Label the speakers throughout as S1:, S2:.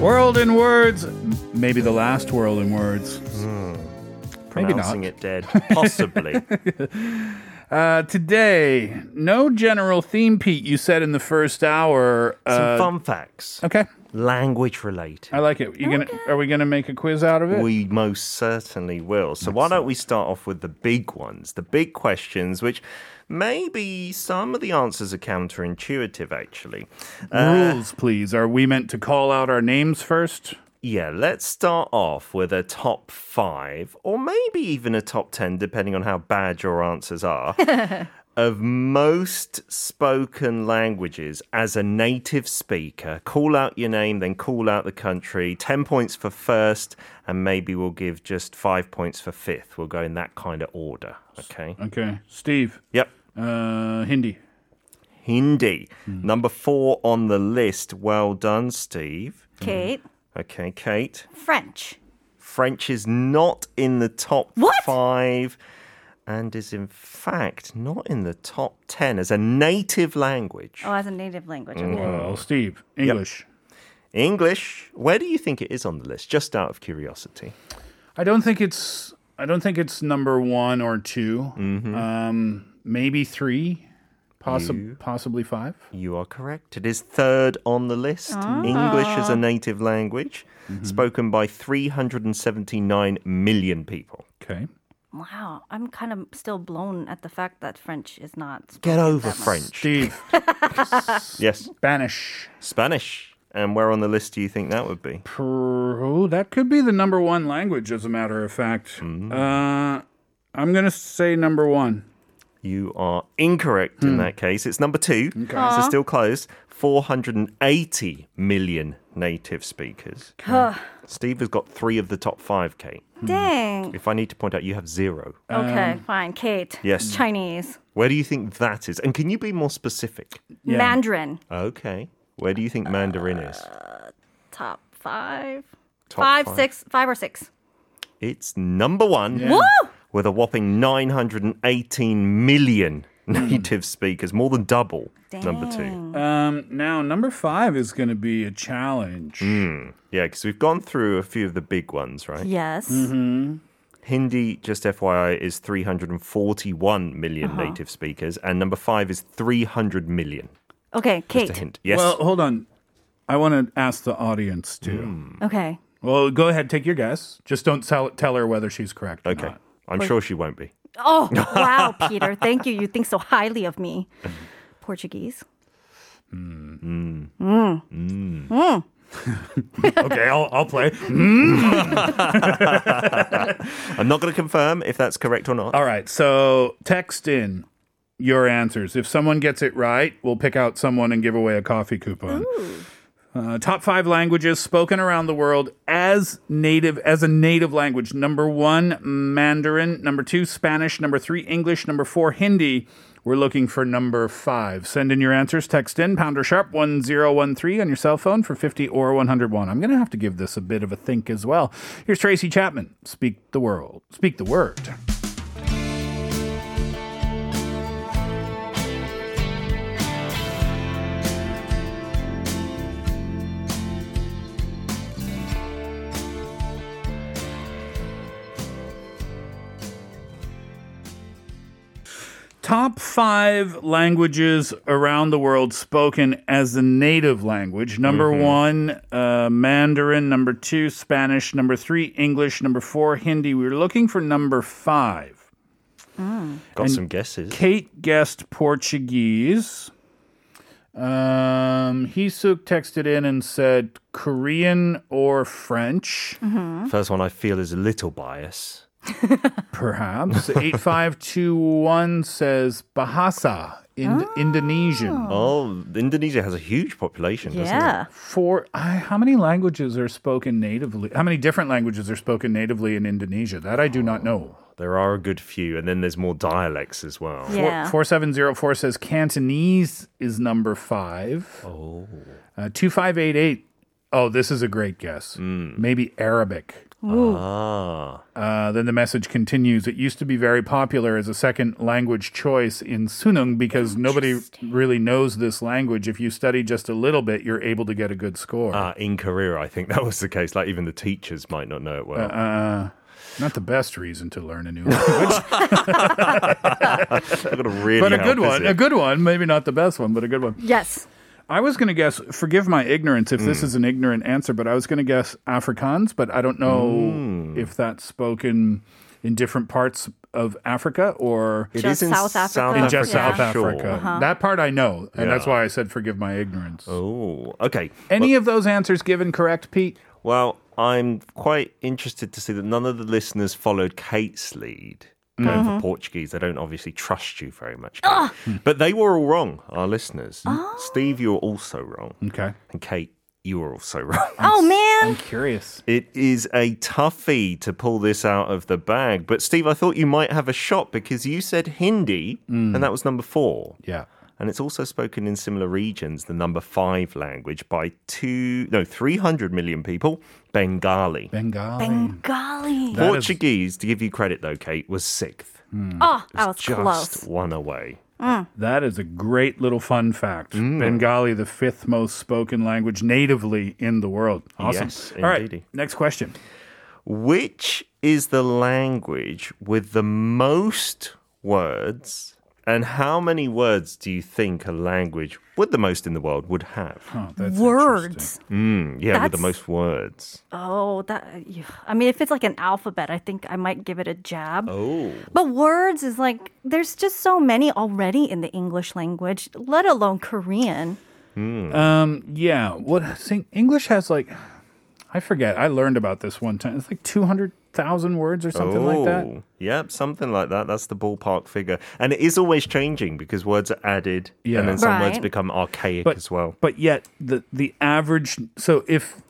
S1: world in words. M- Maybe the last world in words. Maybe not.
S2: Hmm. Pronouncing it dead. Possibly.
S1: Uh, today, no general theme, Pete. You said in the first hour.
S2: Some
S1: Uh,
S2: fun facts.
S1: okay,
S2: Language related.
S1: I like it. You gonna? Are we gonna make a quiz out of it?
S2: We most certainly will. So, why don't we start off with the big ones, the big questions, which maybe some of the answers are counterintuitive, actually. uh,
S1: Rules, please. Are we meant to call out our names first?
S2: Yeah, let's start off with a top five, or maybe even a top 10, depending on how bad your answers are, of most spoken languages as a native speaker. Call out your name, then call out the country. 10 points for first, and maybe we'll give just five points for fifth. We'll go in that kind of order. Okay.
S1: Okay, Steve.
S2: Yep.
S1: Uh, Hindi.
S2: Hindi, number four on the list. Well done, Steve.
S3: Mm-hmm. Kate,
S2: Okay, Kate.
S3: French.
S2: French is not in the top
S3: What?
S2: five and is in fact not in the top 10 as a native language.
S3: Oh, as a native language.
S2: Uh, Mm-hmm.
S1: Well, Steve. English.
S2: English, where do you think it is on the list? Just out of curiosity.
S1: I don't think it's. I don't think it's number one or 2
S2: Mm-hmm.
S1: Um, maybe three. Possib- possibly five.
S2: You are correct. It is third on the list.
S3: Ah.
S2: English as a native language, spoken by 379 million people.
S1: Okay.
S3: Wow, I'm kind of still blown at the fact that French is not.
S2: Get over French.
S1: Steve.
S2: Yes.
S1: Spanish.
S2: Spanish. And where on the list do you think that would be?
S1: Peru. That could be the number one language, as a matter of fact.
S2: Mm.
S1: Uh, I'm going to say number one.
S2: You are incorrect in that case. It's number two. So still close. 480 million native speakers. Steve has got three of the top five, Kate.
S3: Mm-hmm. Dang.
S2: If I need to point out, you have zero.
S3: Okay, fine. Kate.
S2: Yes.
S3: Chinese.
S2: Where do you think that is? And can you be more specific?
S3: Mandarin.
S2: Okay. Where do you think Mandarin is?
S3: Top five.
S2: Top
S3: Five,
S2: five.
S3: six, five or six.
S2: It's number one
S3: Woo!
S2: with a whopping 918 million native speakers, more than double number two.
S1: Um, now, number five is going to be a challenge.
S2: Mm, Yeah, because we've gone through a few of the big ones, right?
S3: Yes.
S2: Mm-hmm. Hindi, just FYI, is 341 million
S3: Uh-huh.
S2: native speakers, and number five is 300 million.
S3: Okay,
S2: Just a
S3: Kate.
S2: hint. Yes.
S1: Well, hold on. I want to ask the audience too.
S2: Mm.
S3: Okay.
S1: Well, go ahead, take your guess. Just don't tell, tell her whether she's correct. Or
S2: okay.
S1: not.
S2: I'm sure she won't be.
S3: Oh, wow, Peter. Thank you. You think so highly of me. Portuguese.
S1: okay, I'll, I'll play.
S2: I'm not going to confirm if that's correct or not.
S1: All right. So text in your answers. If someone gets it right, we'll pick out someone and give away a coffee coupon. Uh, top five languages spoken around the world as native as a native language. Number one, Mandarin. Number two, Spanish. Number three, English. Number four, Hindi. We're looking for number five. Send in your answers. Text in pounder sharp one zero one three on your cell phone for fifty or one hundred one. I'm gonna have to give this a bit of a think as well. Here's Tracy Chapman. Speak the world. Speak the word. Top five languages around the world spoken as the native language. Number one, uh, Mandarin. Number two, Spanish. Number three, English. Number four, Hindi. We were looking for number five.
S2: Got some guesses.
S1: Kate guessed Portuguese. Um, Hisuk texted in and said Korean or French,
S2: First one I feel is a little bias.
S1: perhaps. 8521 says Bahasa, in- Indonesian.
S2: Oh, Indonesia has a huge population, doesn't it?
S3: Yeah.
S1: For I, how many languages are spoken natively? How many different languages are spoken natively in Indonesia? That I do not know.
S2: There are a good few, and then there's more dialects as well.
S3: Yeah.
S1: Four seven zero four says Cantonese is number five. Oh. Uh, two five eight eight. Oh, this is a great guess. Maybe Arabic.
S2: Ah.
S1: Uh, Uh, then the message continues. It used to be very popular as a second language choice in Sunung because nobody really knows this language. If you study just a little bit, you're able to get a good score.
S2: Uh, in Korea, I think that was the case. Like even the teachers might not know it well.
S1: Uh, Not the best reason to learn a new language,
S2: I've got to really
S1: but a
S2: how
S1: good one.
S2: busy-
S1: A good one. Maybe not the best one, but a good one.
S3: Yes.
S1: I was going to guess, forgive my ignorance if this is an ignorant answer, but I was going to guess Afrikaans, but I don't know if that's spoken in different parts of Africa or
S2: It
S3: Just
S2: is in
S3: South Africa.
S2: South
S1: in just
S3: Yeah.
S1: South
S2: sure.
S1: Africa. That part I know, and that's why I said forgive my ignorance.
S2: Oh, okay.
S1: Any of those answers given correct, Pete?
S2: Well, I'm quite interested to see that none of the listeners followed Kate's lead. Going for Portuguese, they don't obviously trust you very much. Kate. But they were all wrong, our listeners. Steve, you were also wrong.
S1: Okay.
S2: And Kate, you were also wrong.
S3: Oh man.
S1: Curious.
S2: It is a toughie to pull this out of the bag. But Steve, I thought you might have a shot because you said Hindi, and that was number four.
S1: Yeah.
S2: And it's also spoken in similar regions, the number five language, by two, no, 300 million people, Bengali.
S1: Bengali.
S3: Bengali.
S1: That is-
S2: Portuguese, to give you credit though, Kate, was sixth.
S3: Oh, I was
S2: Just
S3: close.
S2: one away.
S1: That is a great little fun fact.
S2: Mm.
S1: Bengali, the fifth most spoken language natively in the world. Awesome.
S2: Yes,
S1: All right.
S2: indeedy.
S1: Next question.
S2: Which is the language with the most words? And how many words do you think a language with the most in the world would have?
S1: Oh, that's interesting.
S3: Words.
S2: Mm, yeah, with the
S3: That's-
S2: most words.
S3: Oh, that. yeah. I mean, if it's like an alphabet, I think I might give it a jab.
S2: Oh.
S3: But words is like there's just so many already in the English language, let alone Korean.
S1: Um, yeah. What sing, English has like, I forget. I learned about this one time. It's like two hundred thousand words or something like that.
S2: Oh, Yep, something like that. That's the ballpark figure. And it is always changing because words are added
S1: Yeah.
S2: and then some words
S3: Right.
S2: become archaic as well.
S1: But yet the the average. So if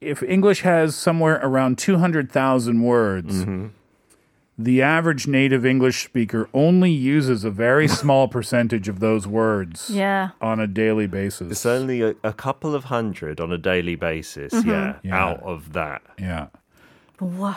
S1: if English has somewhere around two hundred thousand words.
S2: Mm-hmm.
S1: The average native English speaker only uses a very small percentage of those words
S3: Yeah.
S1: on a daily basis.
S2: It's only a, a couple of hundred on a daily basis,
S3: Mm-hmm.
S2: yeah,
S1: Yeah.
S2: out of that.
S1: yeah.
S3: Whoa.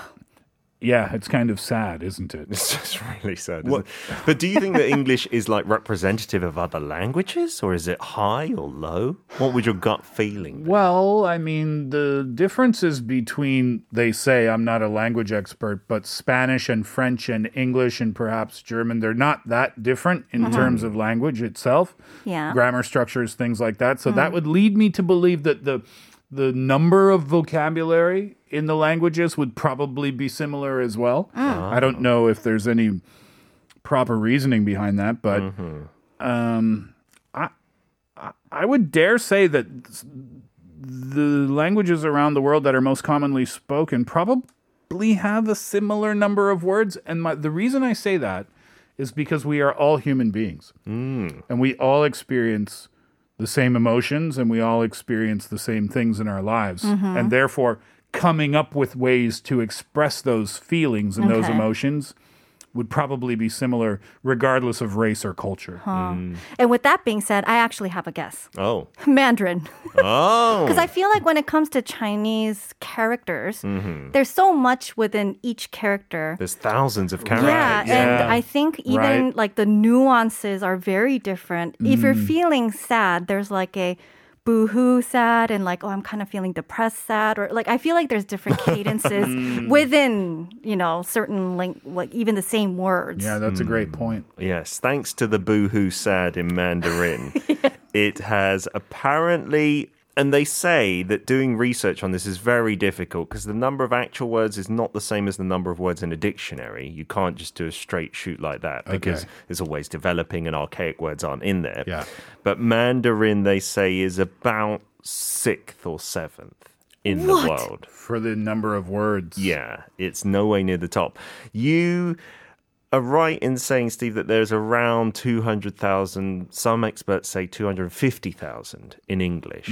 S1: Yeah, it's kind of sad, isn't it?
S2: It's just really sad. isn't it? But do you think that English is like representative of other languages or is it high or low? What would your gut feeling? be?
S1: Well, I mean, the differences between, they say, I'm not a language expert, but Spanish and French and English and perhaps German, they're not that different in terms of language itself.
S3: Yeah.
S1: Grammar structures, things like that. So that would lead me to believe that the the number of vocabulary in the languages would probably be similar as well. I don't know if there's any proper reasoning behind that, but um, I, I I would dare say that s- the languages around the world that are most commonly spoken probably have a similar number of words. And my, the reason I say that is because we are all human beings,
S2: Mm.
S1: and we all experience the same emotions, and we all experience the same things in our lives,
S2: Mm-hmm.
S1: and therefore coming up with ways to express those feelings and those
S3: Okay.
S1: emotions would probably be similar regardless of race or culture.
S3: uh.
S2: Mm.
S3: And with that being said, I actually have a guess.
S2: Oh.
S3: Mandarin.
S2: Oh.
S3: Because I feel like when it comes to Chinese characters,
S2: Mm-hmm.
S3: there's so much within each character.
S2: There's thousands of characters.
S3: Yeah,
S1: Yeah.
S3: and I think even
S1: Right. Mm.
S3: like the nuances are very different. If you're feeling sad, there's like a boo hoo sad and like, oh, I'm kind of feeling depressed sad. Or like, I feel like there's different cadences
S1: Mm.
S3: within, you know, certain, like, like even the same words.
S1: Yeah, that's a
S2: Hmm.
S1: great point.
S2: Yes, thanks to the boohoo sad in Mandarin, it has apparently, and they say that doing research on this is very difficult because the number of actual words is not the same as the number of words in a dictionary. You can't just do a straight shoot like that because
S1: Okay.
S2: it's always developing and archaic words aren't in there.
S1: Yeah.
S2: But Mandarin, they say, is about sixth or seventh in the world.
S1: For the number of words.
S2: Yeah, it's nowhere near the top. You are right in saying, Steve, that there's around 200,000, some experts say 250,000 in English.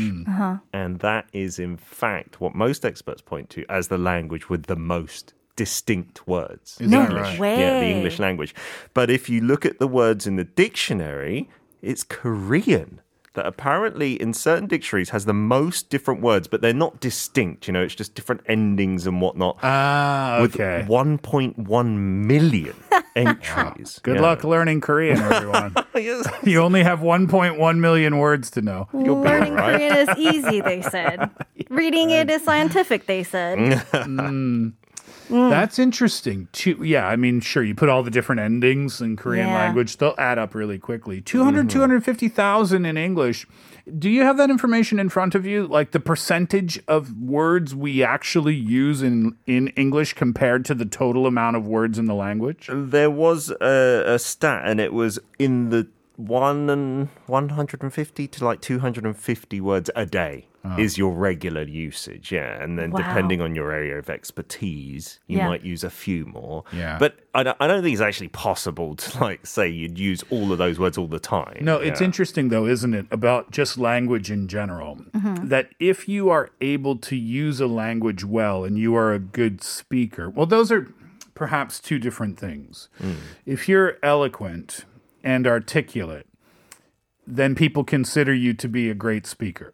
S2: And that is, in fact, what most experts point to as the language with the most distinct words.
S1: Is that
S3: No
S1: right?
S3: way.
S2: Yeah, the English language. But if you look at the words in the dictionary, it's Korean. that apparently in certain dictionaries has the most different words, but they're not distinct. You know, it's just different endings and whatnot.
S1: Ah,
S2: with
S1: okay.
S2: 1.1 million entries.
S1: Good
S2: Yeah.
S1: luck learning Korean, everyone.
S2: Yes.
S1: you only have 1.1 million words to know.
S2: be
S3: Learning
S2: all right.
S3: Korean is easy, they said. Reading it is scientific, they said.
S1: That's interesting. Two, yeah, I mean, sure, you put all the different endings in Korean
S3: Yeah.
S1: language, they'll add up really quickly. 200, 250,000 in English. Do you have that information in front of you? Like the percentage of words we actually use in, in English compared to the total amount of words in the language?
S2: There was a, a stat, and it was in the one and 150 to like 250 words a day
S1: Oh.
S2: is your regular usage. Yeah. And then
S3: Wow.
S2: depending on your area of expertise, you
S3: Yeah.
S2: might use a few more.
S1: Yeah.
S2: But I don't, I don't think it's actually possible to like say you'd use all of those words all the time.
S1: No, it's
S2: Yeah.
S1: interesting though, isn't it, about just language in general? That if you are able to use a language well and you are a good speaker, well, those are perhaps two different things. If you're eloquent and articulate, then people consider you to be a great speaker.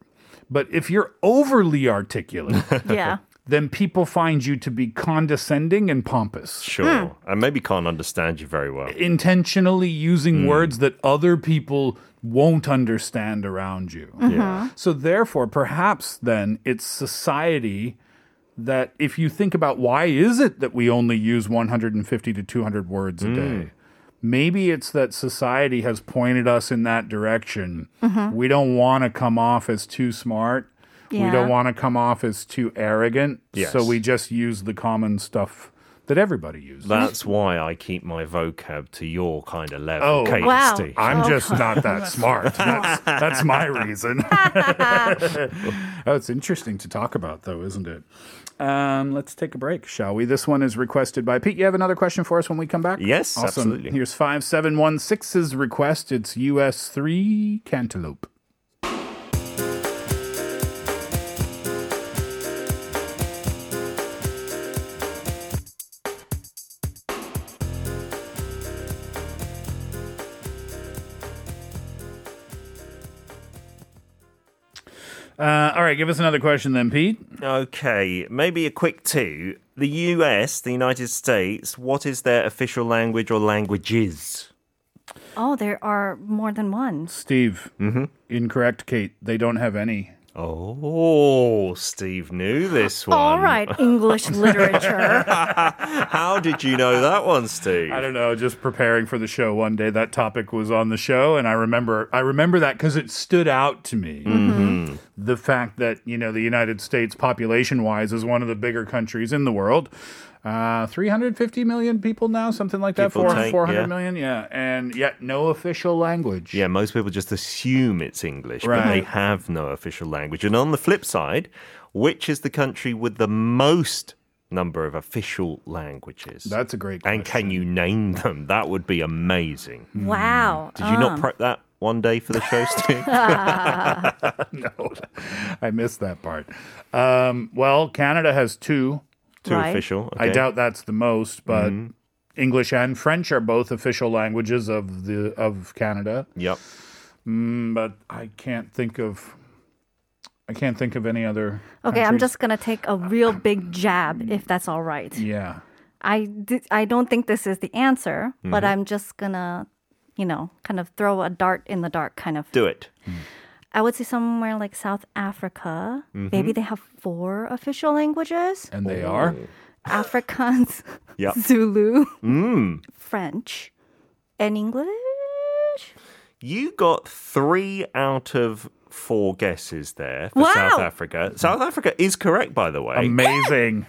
S1: But if you're overly articulate,
S3: Yeah.
S1: then people find you to be condescending and pompous.
S2: Sure.
S3: Hmm.
S2: I maybe can't understand you very well.
S1: Intentionally using
S2: Hmm.
S1: words that other people won't understand around you.
S2: Yeah.
S1: So therefore, perhaps then it's society that if you think about why is it that we only use 150 to 200 words
S2: Hmm.
S1: a day? Maybe it's that society has pointed us in that direction. We don't want to come off as too smart. We
S3: Yeah.
S1: don't want to come off as too arrogant. So
S2: Yes.
S1: we just use the common stuff that everybody uses.
S2: That's why I keep my vocab to your kind of
S1: Oh.
S2: level. Kate and
S3: Wow.
S2: Steve.
S1: I'm just not that smart. That's, that's my reason. oh, it's interesting to talk about, though, isn't it? Um, let's take a break, shall we? This one is requested by Pete. You have another question for us when we come back?
S2: Yes,
S1: awesome.
S2: absolutely.
S1: Here's 5716's request. It's US 3 Cantaloupe. Uh, all right, give us another question then, Pete.
S2: Okay, maybe a quick two. The US, the United States, what is their official language or languages?
S3: Oh, there are more than one.
S1: Steve, mm-hmm. incorrect, Kate. They don't have any.
S2: Oh, Steve knew this one.
S3: All right, English literature.
S2: How did you know that one, Steve?
S1: I don't know. Just preparing for the show one day, that topic was on the show, and I remember I remember that because it stood out to me.
S2: Mm-hmm.
S1: The fact that you know the United States, population-wise, is one of the bigger countries in the world. Uh, 350 million people now, something like that.
S2: Give or
S1: 400,
S2: take,
S1: 400
S2: yeah.
S1: million, yeah. And yet, no official language.
S2: Yeah, most people just assume it's English, but they
S1: Right.
S2: have no official language. And on the flip side, which is the country with the most number of official languages?
S1: that's a great.
S2: and
S1: question.
S2: can you name them? That would be amazing.
S1: Mm.
S3: wow.
S2: Did you not prep that one day for the show, Steve?
S1: no, I missed that part. Um, well, Canada has two.
S2: Too
S3: Right.
S1: I
S2: official. okay. Mm-hmm.
S1: doubt that's the most, but English and French are both official languages of the of Canada.
S2: Yep.
S1: Mm, But I can't think of I can't think of any other.
S3: Okay, I'm
S1: countries.
S3: just gonna take a real big jab if that's all right.
S1: yeah.
S3: I, d- I don't think this is the answer,
S1: Mm-hmm.
S3: but I'm just gonna, you know, kind of throw a dart in the dark, kind of.
S2: Do it.
S3: I would say somewhere like South Africa. Maybe they have four official languages
S1: Mm-hmm. And
S2: Oh.
S1: they are
S3: Afrikaans,
S2: Yep.
S3: Zulu,
S1: Mm.
S3: French, and English.
S2: You got three out of four guesses there for
S3: Wow.
S2: South Africa. South Africa is correct, by the way,
S1: Um, amazing.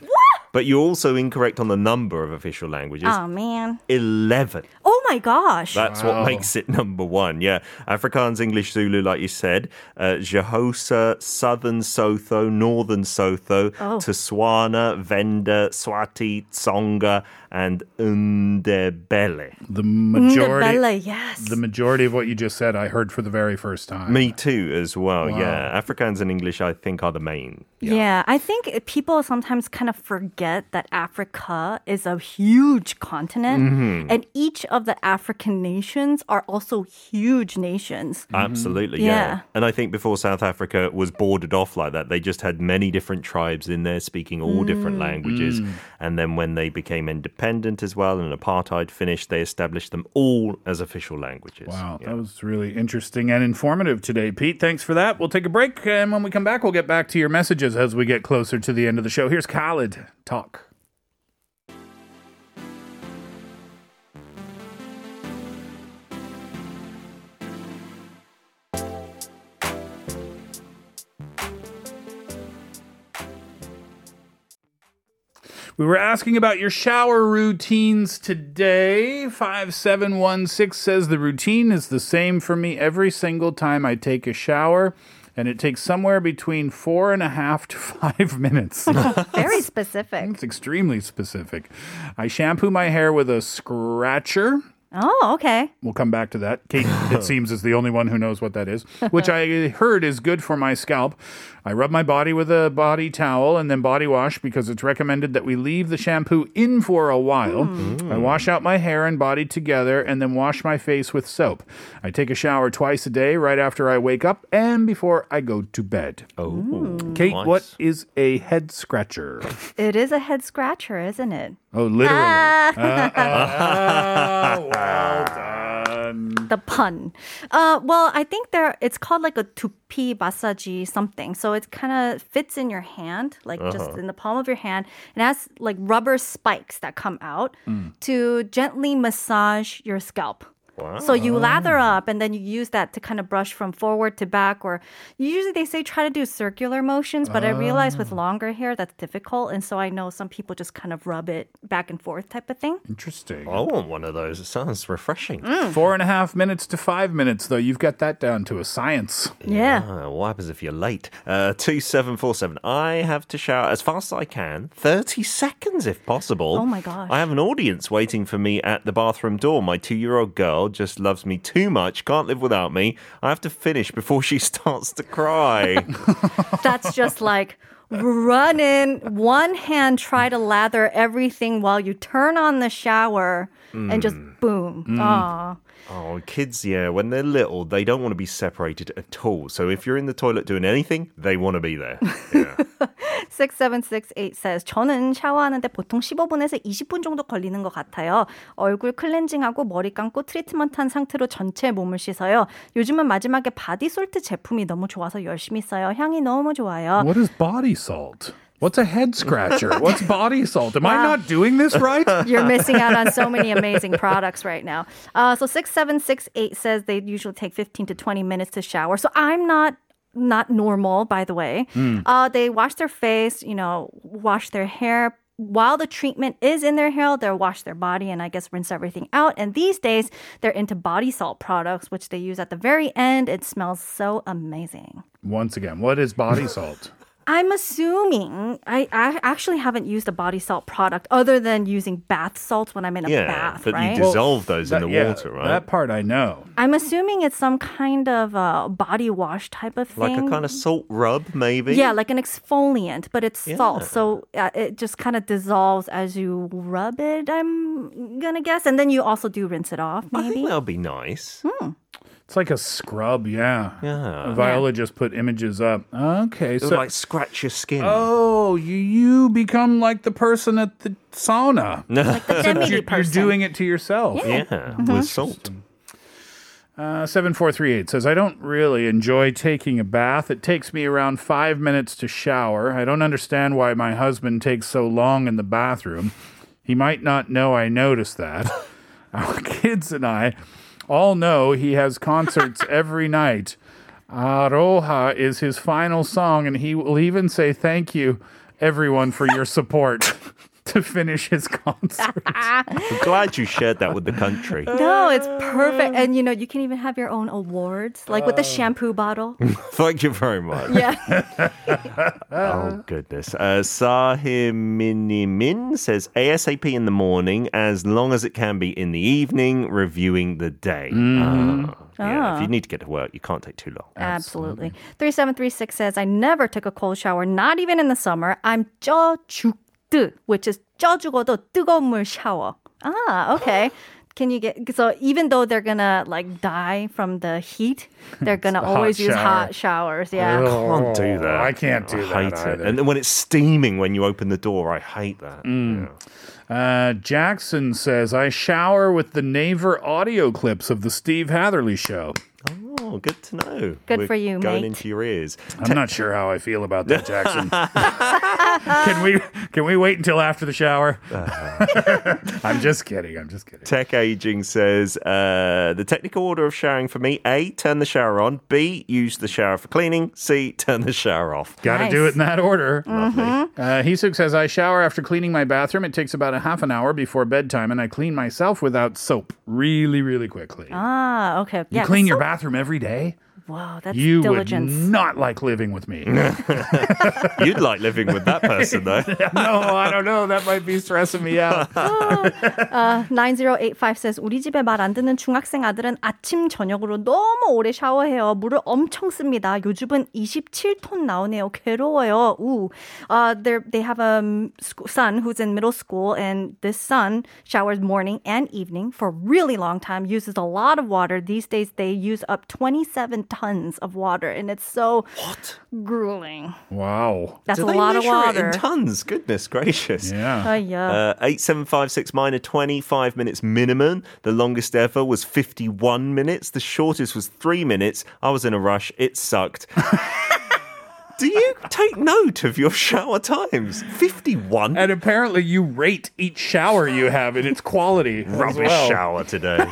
S2: but you're also incorrect on the number of official languages.
S3: Oh, man.
S2: 11.
S3: Oh, my gosh.
S2: That's
S1: Wow.
S2: what makes it number one. Yeah. Afrikaans, English, Zulu, like you said, uh, Xhosa, Southern Sotho, Northern Sotho,
S3: Oh.
S2: Tswana, Venda, Swati, Tsonga, and Ndebele.
S1: The majority.
S3: Ndebele, yes.
S1: The majority of what you just said, I heard for the very first time.
S2: Me too, as well. Yeah, Afrikaans and English, I think, are the main.
S3: yeah. I think it- people sometimes kind of forget that Africa is a huge continent, and each of the African nations are also huge nations.
S2: Absolutely, yeah.
S3: Yeah.
S2: And I think before South Africa was bordered off like that, they just had many different tribes in there speaking all different languages. And then when they became independent as well and apartheid finished, they established them all as official languages.
S1: Wow, that was really interesting and informative today, Pete. Thanks for that. We'll take a break, and when we come back, we'll get back to your messages as we get closer to the end of the show. Here's Khalid Talk. We were asking about your shower routines today. 5716 says the routine is the same for me every single time I take a shower, and it takes somewhere between four and a half to five minutes.
S3: Very specific.
S1: It's extremely specific. I shampoo my hair with a scratcher.
S3: Oh, okay.
S1: We'll come back to that. Kate, it seems, is the only one who knows what that is, which I heard is good for my scalp. I rub my body with a body towel and then body wash because it's recommended that we leave the shampoo in for a while.
S2: Hmm.
S1: I wash out my hair and body together and then wash my face with soap. I take a shower twice a day right after I wake up and before I go to bed.
S2: Oh,
S1: Kate,
S2: nice.
S1: what is a head scratcher?
S3: It is a head scratcher, isn't it?
S1: Oh, literally.
S3: Ah.
S1: Ah, well done.
S3: the pun. Uh, well, I think there it's called like a tupi basaji something. So it kind of fits in your hand, like just in the palm of your hand. It has like rubber spikes that come out to gently massage your scalp. So you lather up and then you use that to kind of brush from forward to back or usually they say try to do circular motions but I realize with longer hair that's difficult and so I know some people just kind of rub it back and forth type of thing.
S1: Interesting.
S2: Oh, I want one of those. It sounds refreshing.
S1: Four and a half minutes to five minutes, though. You've got that down to a science.
S3: Yeah.
S2: Ah, what happens if you're late? Uh, 2747. I have to shower as fast as I can, 30 seconds if possible.
S3: Oh my gosh.
S2: I have an audience waiting for me at the bathroom door. My two year old girl just loves me too much, can't live without me. I have to finish before she starts to cry.
S3: that's just like run in one hand try to lather everything while you turn on the shower and just boom Aw.
S2: oh, kids, yeah, when they're little, they don't want to be separated at all. So if you're in the toilet doing anything, they want to be there. Yeah.
S3: 6768 says 저는 샤워하는데 보통 15분에서 20분 정도 걸리는 것 같아요. 얼굴 클렌징하고 머리 감고 트리트먼트한 상태로 전체 몸을 씻어요. 요즘은 마지막에 바디솔트 제품이 너무 좋아서 열심히 써요. 향이 너무 좋아요.
S1: What is body salt? What's a head scratcher? What's body salt? Am I not doing this right?
S3: You're missing out on so many amazing products right now. Uh, so six seven six eight says they usually take fifteen to twenty minutes to shower. So I'm not not normal, by the way.
S2: Hmm.
S3: Uh, they wash their face, you know, wash their hair. While the treatment is in their hair, they'll wash their body and I guess rinse everything out. And these days, they're into body salt products, which they use at the very end. It smells so amazing.
S1: Once again, what is body salt?
S3: I'm assuming I, I actually haven't used a body salt product other than using bath salts when I'm in a
S2: yeah,
S3: bath,
S2: but
S3: right?
S2: you dissolve those in
S1: That-
S2: the
S1: yeah,
S2: water, right?
S1: That part I know.
S3: I'm assuming it's some kind of uh, body wash type of
S2: like
S3: thing.
S2: a kind of salt rub, maybe?
S3: yeah, like an exfoliant, but it's salt, so uh, it just kind of dissolves as you rub it. I'm gonna guess, and then you also do rinse it off,
S2: I think
S3: maybe.
S2: that'll be nice.
S1: It's like a scrub, yeah.
S2: Yeah.
S1: Viola just put images up. Okay,
S2: It
S1: so
S2: would like scratch your skin.
S1: oh, you, you become like the person at the sauna.
S3: Like the demi
S1: You're, you're
S3: person.
S1: doing it to yourself.
S2: Yeah,
S3: Mm-hmm.
S2: with salt.
S1: Uh, 7438 says, I don't really enjoy taking a bath. It takes me around five minutes to shower. I don't understand why my husband takes so long in the bathroom. He might not know I noticed that. Our kids and I all know he has concerts every night. Aroha is his final song, and he will even say thank you, everyone, for your support. to finish his concert.
S2: I'm glad you shared that with the country.
S3: No, it's perfect. And you know, you can even have your own awards, like with the shampoo bottle.
S2: Thank you very much.
S3: Yeah.
S2: Oh, goodness. Uh, Sahir Minimin says ASAP in the morning, as long as it can be in the evening, reviewing the day.
S1: Mm-hmm.
S2: Uh, yeah,
S3: Ah.
S2: If you need to get to work, you can't take too long.
S3: Absolutely. 3736 says, I never took a cold shower, not even in the summer. I'm 쪄 죽드, which is 쪄 죽어도 뜨거운 물 샤워. Ah, okay. Can you get so even though they're gonna like die from the heat, they're gonna
S1: hot
S3: always use
S1: shower.
S3: hot showers. Yeah.
S2: can't do that.
S1: Oh, I can't do that
S2: I hate
S1: either.
S2: it. And then when it's steaming when you open the door, I hate that.
S1: Mm.
S2: Yeah.
S1: Uh, Jackson says, I shower with the Naver audio clips of the Steve Hatherley show.
S2: Oh, good to know.
S3: Good for you,
S2: Going
S3: mate.
S2: into your ears.
S1: I'm not sure how I feel about that, Jackson. can we can we wait until after the shower? I'm just kidding. I'm just kidding.
S2: Tech Aging says uh, the technical order of showering for me: A, turn the shower on; B, use the shower for cleaning; C, turn the shower off.
S1: Got to do
S3: Nice. Mm-hmm.
S1: it in that order.
S2: Lovely.
S1: Uh, Heesuk says, I shower after cleaning my bathroom. It takes about a half an hour before bedtime, and I clean myself without soap really, really quickly.
S3: Ah, okay.
S1: you
S3: Yeah.
S1: clean
S3: so-
S1: your bathroom every day?
S3: Wow, that's
S1: You
S3: diligence.
S1: would not like living with me.
S2: You'd like living with that person, though.
S1: no, I don't know. That might be stressing me out.
S3: 9085 says 우리 집에 말 안 듣는 중학생 아들은 아침 저녁으로 너무 오래 샤워해요. 물을 엄청 씁니다. 요즘은 27톤 나오네요. 괴로워요. Ooh. Uh, they're- they have a um, sc- son who's in middle school and this son showers morning and evening for a really long time, uses a lot of water. These days they use up 27 tons of water and it's so
S2: what?
S3: grueling.
S1: wow.
S3: That's
S2: Do
S3: a
S2: they
S3: lot of
S2: measure it
S3: water.
S2: in tons? Goodness gracious.
S1: Yeah.
S3: Uh, yeah.
S2: Uh, 8756 minor 25 minutes minimum. The longest ever was 51 minutes. The shortest was three minutes. I was in a rush. It sucked. Do you take note of your shower times? 51?
S1: And apparently, you rate each shower you have and its quality. as
S2: Rubbish
S1: well.
S2: shower today.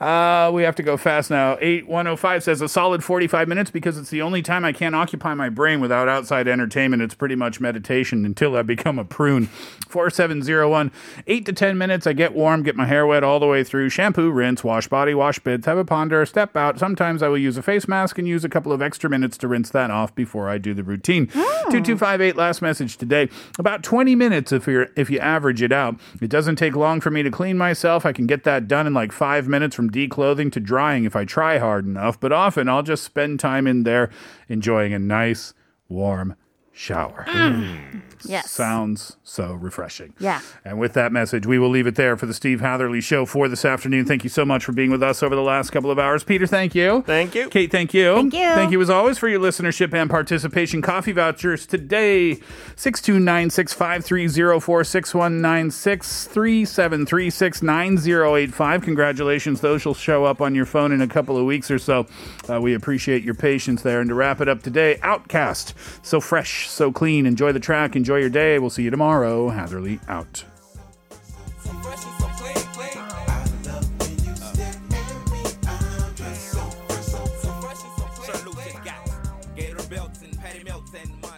S1: Uh, we have to go fast now. 8105 says a solid 45 minutes because it's the only time I can't occupy my brain without outside entertainment. It's pretty much meditation until I become a prune. 4701, 8 to 10 minutes. I get warm, get my hair wet all the way through. Shampoo, rinse, wash body, wash bits, have a ponder, step out. Sometimes I will use a face mask and use a couple of extra minutes to rinse that off before I do the routine.
S3: Oh.
S1: 2258, last message today. About 20 minutes if, you're, if you average it out. It doesn't take long for me to clean myself. I can get that done in like five minutes from declothing to drying if I try hard enough, but often I'll just spend time in there enjoying a nice, warm shower.
S3: yes.
S1: Sounds so refreshing.
S3: Yeah.
S1: And with that message, we will leave it there for the Steve Hatherley Show for this afternoon. Thank you so much for being with us over the last couple of hours. Peter, thank you.
S2: Thank you.
S1: Kate, thank you.
S3: Thank you.
S1: Thank you as always for your listenership and participation. Coffee vouchers today 629-653-046196-3736-9085. Congratulations. Those will show up on your phone in a couple of weeks or so. Uh, we appreciate your patience there. And to wrap it up today, Outcast. So fresh, so clean. Enjoy the track. Enjoy your day. We'll see you tomorrow. Hatherley out.
S4: So fresh and so clean, clean. I love when you stare at me. I'm just so fresh, so, so fresh and so clean. Sir Lucius Gax, Gator Belton, Patty Melton, Monty